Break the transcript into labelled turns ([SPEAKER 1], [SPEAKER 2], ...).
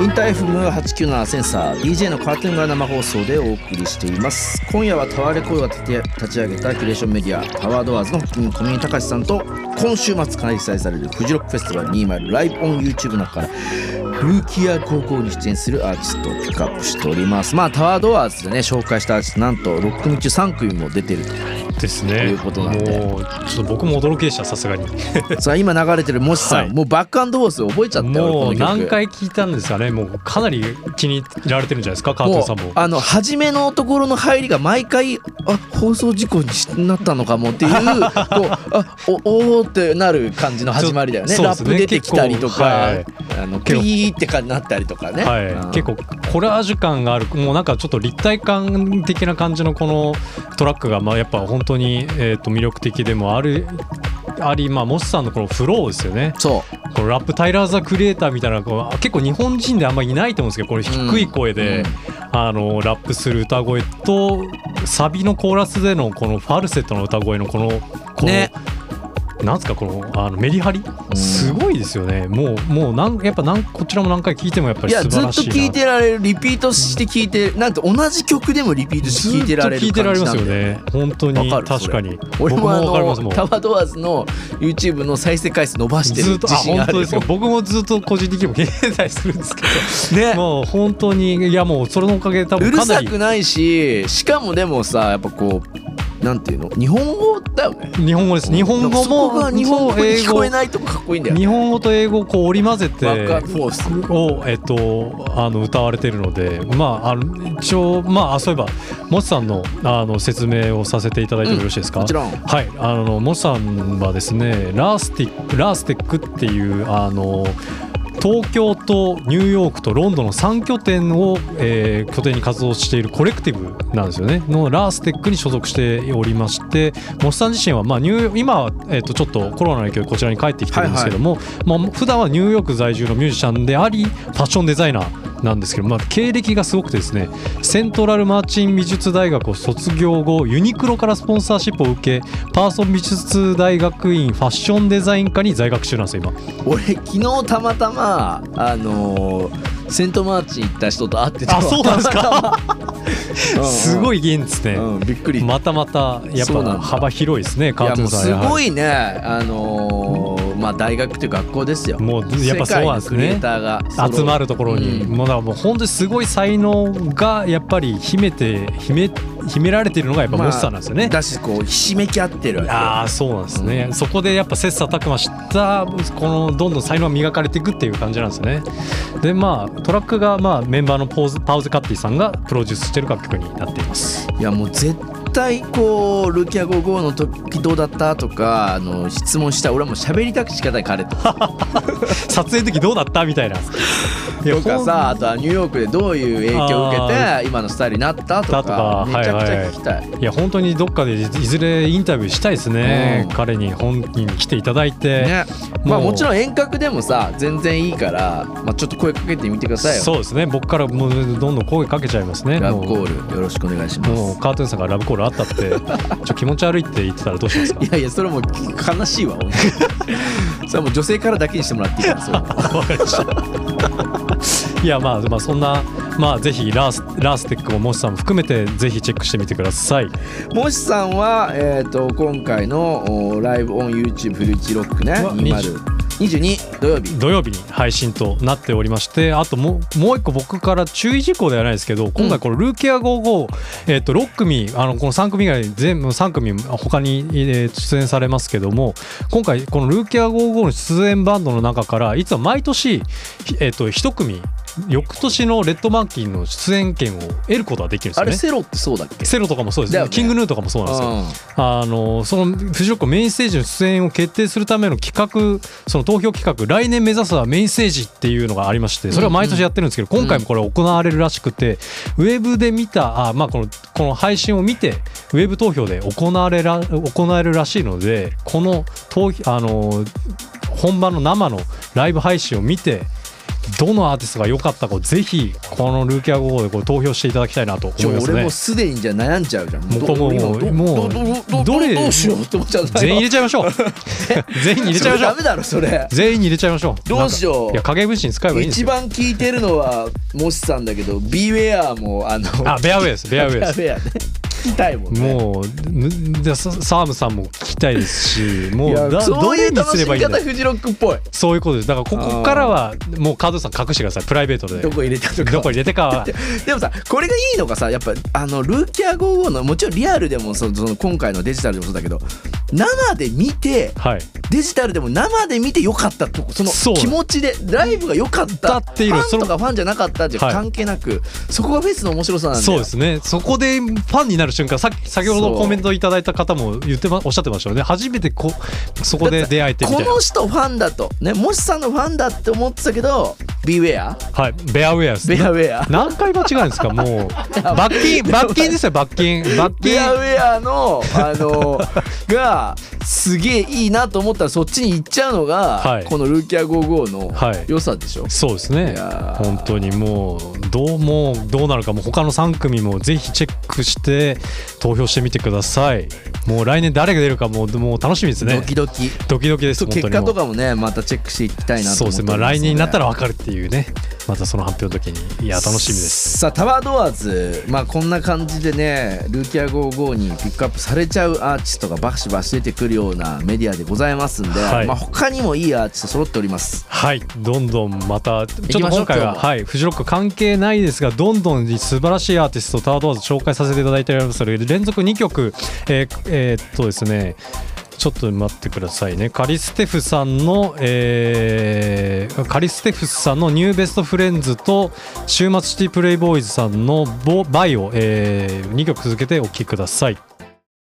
[SPEAKER 1] インター FM897 センサー DJ のカーテンが生放送でお送りしています今夜はタワーレコードが立て立ち上げたキュレーションメディアタワードアーズの国見隆さんと今週末開催されるフジロックフェスティバル20ライブオン YouTube の中からルーキーや高校に出演するアーティストをピックアップしておりますまあタワードアーズでね紹介したアーティストなんと6組中3組も出てると
[SPEAKER 2] ですね。
[SPEAKER 1] いうことなんで
[SPEAKER 2] もうちょっと僕も驚きでしたさ すがに。
[SPEAKER 1] さあ今流れてるもしさん、
[SPEAKER 2] はい
[SPEAKER 1] もうバックアンドホース覚えちゃったよ
[SPEAKER 2] もう
[SPEAKER 1] 俺この曲
[SPEAKER 2] 何回聞いたんですかね。もうかなり気に入られてるんじゃないですかカート
[SPEAKER 1] も
[SPEAKER 2] ン
[SPEAKER 1] う
[SPEAKER 2] さんも。
[SPEAKER 1] あの初めのところの入りが毎回あ放送事故になったのかもって いうこうあおおーってなる感じの始まりだよね
[SPEAKER 2] そう
[SPEAKER 1] ラ
[SPEAKER 2] で
[SPEAKER 1] ッ
[SPEAKER 2] す
[SPEAKER 1] プ
[SPEAKER 2] ね
[SPEAKER 1] 出てきたりとか、
[SPEAKER 2] 結
[SPEAKER 1] あのピ
[SPEAKER 2] 結構
[SPEAKER 1] ーって感じになったりとかね、
[SPEAKER 2] はい、
[SPEAKER 1] うん
[SPEAKER 2] 結構コラージュ感があるもうなんかちょっと立体感的な感じのこのトラックがまあやっぱ本当に、えー、と魅力的でもあるありまあモスさんのこのフローですよね
[SPEAKER 1] そう
[SPEAKER 2] このラップタイラー・ザ・クリエイターみたいなこう結構日本人であんまりいないと思うんですけどこれ低い声で、あのラップする歌声とサビのコーラスでのこのファルセットの歌声のこのこの、
[SPEAKER 1] ね
[SPEAKER 2] なんですかこのあのメリハリ、
[SPEAKER 1] ん
[SPEAKER 2] すごいですよねもうもうなんやっぱなんこちらも何回聞いてもやっぱ
[SPEAKER 1] い
[SPEAKER 2] り
[SPEAKER 1] や
[SPEAKER 2] 素
[SPEAKER 1] ずっと
[SPEAKER 2] 晴らしいな
[SPEAKER 1] 聴いてられるリピートして聴いてなんと同じ曲でもリピートして聴いてられ
[SPEAKER 2] ず
[SPEAKER 1] る
[SPEAKER 2] っと聞いてら
[SPEAKER 1] 感
[SPEAKER 2] れ
[SPEAKER 1] じ
[SPEAKER 2] ま
[SPEAKER 1] な
[SPEAKER 2] す
[SPEAKER 1] ん
[SPEAKER 2] よ
[SPEAKER 1] だよね
[SPEAKER 2] ね本当に
[SPEAKER 1] わかる
[SPEAKER 2] 確かに
[SPEAKER 1] 俺もあ
[SPEAKER 2] 僕もわかります
[SPEAKER 1] の
[SPEAKER 2] もん
[SPEAKER 1] タワードアーズの YouTube の再生回数伸ばしてる
[SPEAKER 2] ずっとあ
[SPEAKER 1] 自信
[SPEAKER 2] 本
[SPEAKER 1] ある
[SPEAKER 2] 当
[SPEAKER 1] よ
[SPEAKER 2] ですよ僕もずっと個人的にも現在するんですけ
[SPEAKER 1] ね
[SPEAKER 2] どもう本当にいやもうそれのおかげで多
[SPEAKER 1] うる
[SPEAKER 2] 分かな
[SPEAKER 1] さ
[SPEAKER 2] り
[SPEAKER 1] くないししかもでもさやっぱこうなんていうの日本語だよね
[SPEAKER 2] 日本語です日本語
[SPEAKER 1] そこ
[SPEAKER 2] も
[SPEAKER 1] が日本語
[SPEAKER 2] そう
[SPEAKER 1] に
[SPEAKER 2] 英
[SPEAKER 1] 聞こえないとこかっこいいんだよね
[SPEAKER 2] 日本語と英語をこう織り交ぜて
[SPEAKER 1] バックアップフォース
[SPEAKER 2] を、えっと、あの歌われてるので、まあ、あの一応、まああ、そういえばもちさんのあの説明をさせていただいてもよろしいですか、
[SPEAKER 1] もちろん
[SPEAKER 2] はい、あのモスさんはですねラースティックラーステックっていうあの東京とニューヨークとロンドンの3拠点を、えー拠点に活動しているコレクティブなんですよねのラーステックに所属しておりましてモスさん自身は、まあ、ニュー今は、えー、とちょっとコロナの影響でこちらに帰ってきてるんですけども、まあ、普段はニューヨーク在住のミュージシャンでありファッションデザイナーなんですけど、まあ、経歴がすごくてですねセントラルマーチン美術大学を卒業後ユニクロからスポンサーシップを受けパーソン美術大学院ファッションデザイン科に在学中なんですよ今
[SPEAKER 1] 俺昨日たまたまあのーセントマーチン行った人と会ってたわ
[SPEAKER 2] あそうなんですか
[SPEAKER 1] たま たま
[SPEAKER 2] すごいんですね、
[SPEAKER 1] うんうんびっくり
[SPEAKER 2] またまたやっ
[SPEAKER 1] そうなんだ
[SPEAKER 2] ぱ幅広いですね
[SPEAKER 1] い
[SPEAKER 2] カ
[SPEAKER 1] や
[SPEAKER 2] ートゥ
[SPEAKER 1] も
[SPEAKER 2] ー
[SPEAKER 1] う
[SPEAKER 2] ンさん
[SPEAKER 1] す
[SPEAKER 2] は
[SPEAKER 1] ごいねあのーまあ大学という学校ですよ
[SPEAKER 2] もうやっぱそうなん
[SPEAKER 1] 世界
[SPEAKER 2] ですね
[SPEAKER 1] のクリエイターが揃う
[SPEAKER 2] 集まるところに、
[SPEAKER 1] うん
[SPEAKER 2] もうだからもう本当にすごい才能がやっぱり秘めて秘め秘められているのがやっぱモスさんなんですよね、
[SPEAKER 1] だしこうひしめき合ってるわけよ
[SPEAKER 2] ああそうなんですね、そこでやっぱ切磋琢磨したこのどんどん才能が磨かれていくっていう感じなんですよねでまあトラックが、まあ、メンバーのポーズパウズカッティさんがプロデュースしてる楽曲になっています
[SPEAKER 1] いやもう絶対こう「ルキア55」の時どうだったとかあの質問したい俺はもう喋りたくて仕方ない彼とか
[SPEAKER 2] 撮影の時どうだったみたいない
[SPEAKER 1] とかさあとはニューヨークでどういう影響を受け
[SPEAKER 2] あ
[SPEAKER 1] て今のスタイルになったとか
[SPEAKER 2] だとか
[SPEAKER 1] めちゃくちゃ
[SPEAKER 2] はいはい
[SPEAKER 1] 聞きたい、
[SPEAKER 2] いや本当にどっかでいいずれインタビューしたいですね、
[SPEAKER 1] うん
[SPEAKER 2] 彼に本人に来ていただいて、
[SPEAKER 1] ねまあ
[SPEAKER 2] もう
[SPEAKER 1] もちろん遠隔でもさ全然いいから、まあ、ちょっと声かけてみてくださいよ
[SPEAKER 2] そうですね僕からもうどんどん声かけちゃいますね
[SPEAKER 1] ラブコ
[SPEAKER 2] もう
[SPEAKER 1] ールよろしくお願いしま
[SPEAKER 2] もう
[SPEAKER 1] す
[SPEAKER 2] カートゥーンさんがラブコール あったってちょっと気持ち悪いって言ってたらどうしますか
[SPEAKER 1] いやいやそれもう悲しいわ 本当にそれはもう女性からだけにしてもらっていいからそれは
[SPEAKER 2] わかりました。いやまあまあそんなまあぜひラースラーステックもモスさんも含めてぜひチェックしてみてください。
[SPEAKER 1] もしさんは、えー、と今回のおライブオン YouTube フルーチロックね
[SPEAKER 2] うわ
[SPEAKER 1] 20 22土曜日
[SPEAKER 2] 土曜日に配信となっておりまして、あともうもう一個僕から注意事項ではないですけど、今回このルーケア55えっ、と6組あのこの3組以外全部3組他にえー出演されますけども、今回このルーケア55の出演バンドの中からいつは毎年ひえっ、と一組翌年のレッドマンキーの出演権を得ることができるんです
[SPEAKER 1] あ
[SPEAKER 2] よね
[SPEAKER 1] れ。セロってそうだっけ
[SPEAKER 2] セロとかもそうです
[SPEAKER 1] だ
[SPEAKER 2] ね
[SPEAKER 1] よね
[SPEAKER 2] キングヌーとかもそうなんですよ、あのそのフジロックメインステージの出演を決定するための企画その投票企画来年目指すはメインステージっていうのがありましてそれは毎年やってるんですけど、今回もこれ行われるらしくて、ウェブで見たあ、まあ、このこの配信を見てウェブ投票で行われら行われるらしいのでこの投票あの本番の生のライブ配信を見てどのアーティストが良かったかをぜひこのルーキア5号でこう投票していただきたいなと
[SPEAKER 1] ち
[SPEAKER 2] 思
[SPEAKER 1] ょ
[SPEAKER 2] います
[SPEAKER 1] 俺
[SPEAKER 2] ね
[SPEAKER 1] もうすでにじゃあ悩んじゃうじゃん
[SPEAKER 2] もう
[SPEAKER 1] ど
[SPEAKER 2] もう
[SPEAKER 1] 今ど
[SPEAKER 2] も
[SPEAKER 1] どど
[SPEAKER 2] う
[SPEAKER 1] ど
[SPEAKER 2] どれ
[SPEAKER 1] どうしようって思っちゃうんだよ
[SPEAKER 2] 全員入れちゃいましょう全員に入れちゃいましょ
[SPEAKER 1] ダ
[SPEAKER 2] う
[SPEAKER 1] メだろそれ
[SPEAKER 2] 全員に入れちゃいましょう
[SPEAKER 1] どうしよう
[SPEAKER 2] なんかいや影分身使えばいいんです
[SPEAKER 1] 一
[SPEAKER 2] よ
[SPEAKER 1] 番聞いてるのはもしさんだけど b ウェアもあの
[SPEAKER 2] あベアウェイ ですベアウェイです
[SPEAKER 1] ベアウェアね聞きたいもんね
[SPEAKER 2] もうむじゃあササームさんも聞きたいですしもう
[SPEAKER 1] いや
[SPEAKER 2] だ
[SPEAKER 1] そういう
[SPEAKER 2] どれに
[SPEAKER 1] 楽
[SPEAKER 2] す
[SPEAKER 1] し
[SPEAKER 2] ればい
[SPEAKER 1] み
[SPEAKER 2] いんだ
[SPEAKER 1] 方
[SPEAKER 2] よ
[SPEAKER 1] フジロックっぽい
[SPEAKER 2] そういうことですだからここからはもうカードさん隠してくださいプライベートで
[SPEAKER 1] どこ入れたとか
[SPEAKER 2] どこ入れてかは
[SPEAKER 1] でもさこれがいいのがさやっぱあのルーキャー55のもちろんリアルでもそのその今回のデジタルでもそうだけど生で見て
[SPEAKER 2] はい
[SPEAKER 1] デジタルでも生で見てよかったとこその
[SPEAKER 2] そう
[SPEAKER 1] 気持ちでライブが良かった
[SPEAKER 2] だっていう
[SPEAKER 1] ファ
[SPEAKER 2] そ
[SPEAKER 1] ン
[SPEAKER 2] の
[SPEAKER 1] とかファンじゃなかったじゃ
[SPEAKER 2] はい
[SPEAKER 1] 関係なく、そこがフェスの面白さなんだよ
[SPEAKER 2] そうですねそこでファンになる瞬間さっき先ほど
[SPEAKER 1] そう
[SPEAKER 2] コメントいただいた方も言って、ま、おっしゃってましたよね初めてこそこで出会えてみ
[SPEAKER 1] こ
[SPEAKER 2] たいな
[SPEAKER 1] の人ファンだとねもしさんのファンだって思ってたけど Beware
[SPEAKER 2] はいベアウェアです
[SPEAKER 1] ベアウェア
[SPEAKER 2] 何回間違えるんです かもう罰金罰金ですよ罰金罰金
[SPEAKER 1] ベアウェアのあ のがすげえいいなと思ったらそっちに行っちゃうのが、
[SPEAKER 2] はい
[SPEAKER 1] このルーキャー55の
[SPEAKER 2] はい
[SPEAKER 1] 良さでしょ、
[SPEAKER 2] そうです
[SPEAKER 1] い
[SPEAKER 2] ね
[SPEAKER 1] やー
[SPEAKER 2] 本当にもうどうもうどうなるかもう他の3組もぜひチェックして投票してみてくださいもう来年誰が出るかもうもう楽しみですね
[SPEAKER 1] ドキドキ
[SPEAKER 2] ドキドキです
[SPEAKER 1] そう
[SPEAKER 2] 本当
[SPEAKER 1] 結
[SPEAKER 2] にも
[SPEAKER 1] 果
[SPEAKER 2] う
[SPEAKER 1] とかもねまたチェックしていきたいなと
[SPEAKER 2] そう
[SPEAKER 1] 思って
[SPEAKER 2] です
[SPEAKER 1] お
[SPEAKER 2] ね、
[SPEAKER 1] り
[SPEAKER 2] ま
[SPEAKER 1] ま
[SPEAKER 2] あ、
[SPEAKER 1] す
[SPEAKER 2] 来年になった
[SPEAKER 1] ら
[SPEAKER 2] ら分かるっていうねまたその発表の時にいや楽しみです
[SPEAKER 1] さあタワードアーズまあこんな感じでねルーキャー55にピックアップされちゃうアーティストがバシバシ出てくるようなメディアでございますんで、
[SPEAKER 2] はい
[SPEAKER 1] まあ他にもいいアーティスト揃っております
[SPEAKER 2] はいどんどんまたちょっと
[SPEAKER 1] きましょう
[SPEAKER 2] 今回
[SPEAKER 1] 今
[SPEAKER 2] は
[SPEAKER 1] 日も
[SPEAKER 2] はいフジロック関係ないですがどんどん素晴らしいアーティストタワードアーズ紹介させていただいておりますので連続2曲えーえーっとですねちょっと待ってくださいねカリステフさんの、えーカリステフさんの「ニューベストフレンズ」と「週末シティプレイボーイズ」さんのボ「バイオ」え2曲続けてお聴きください。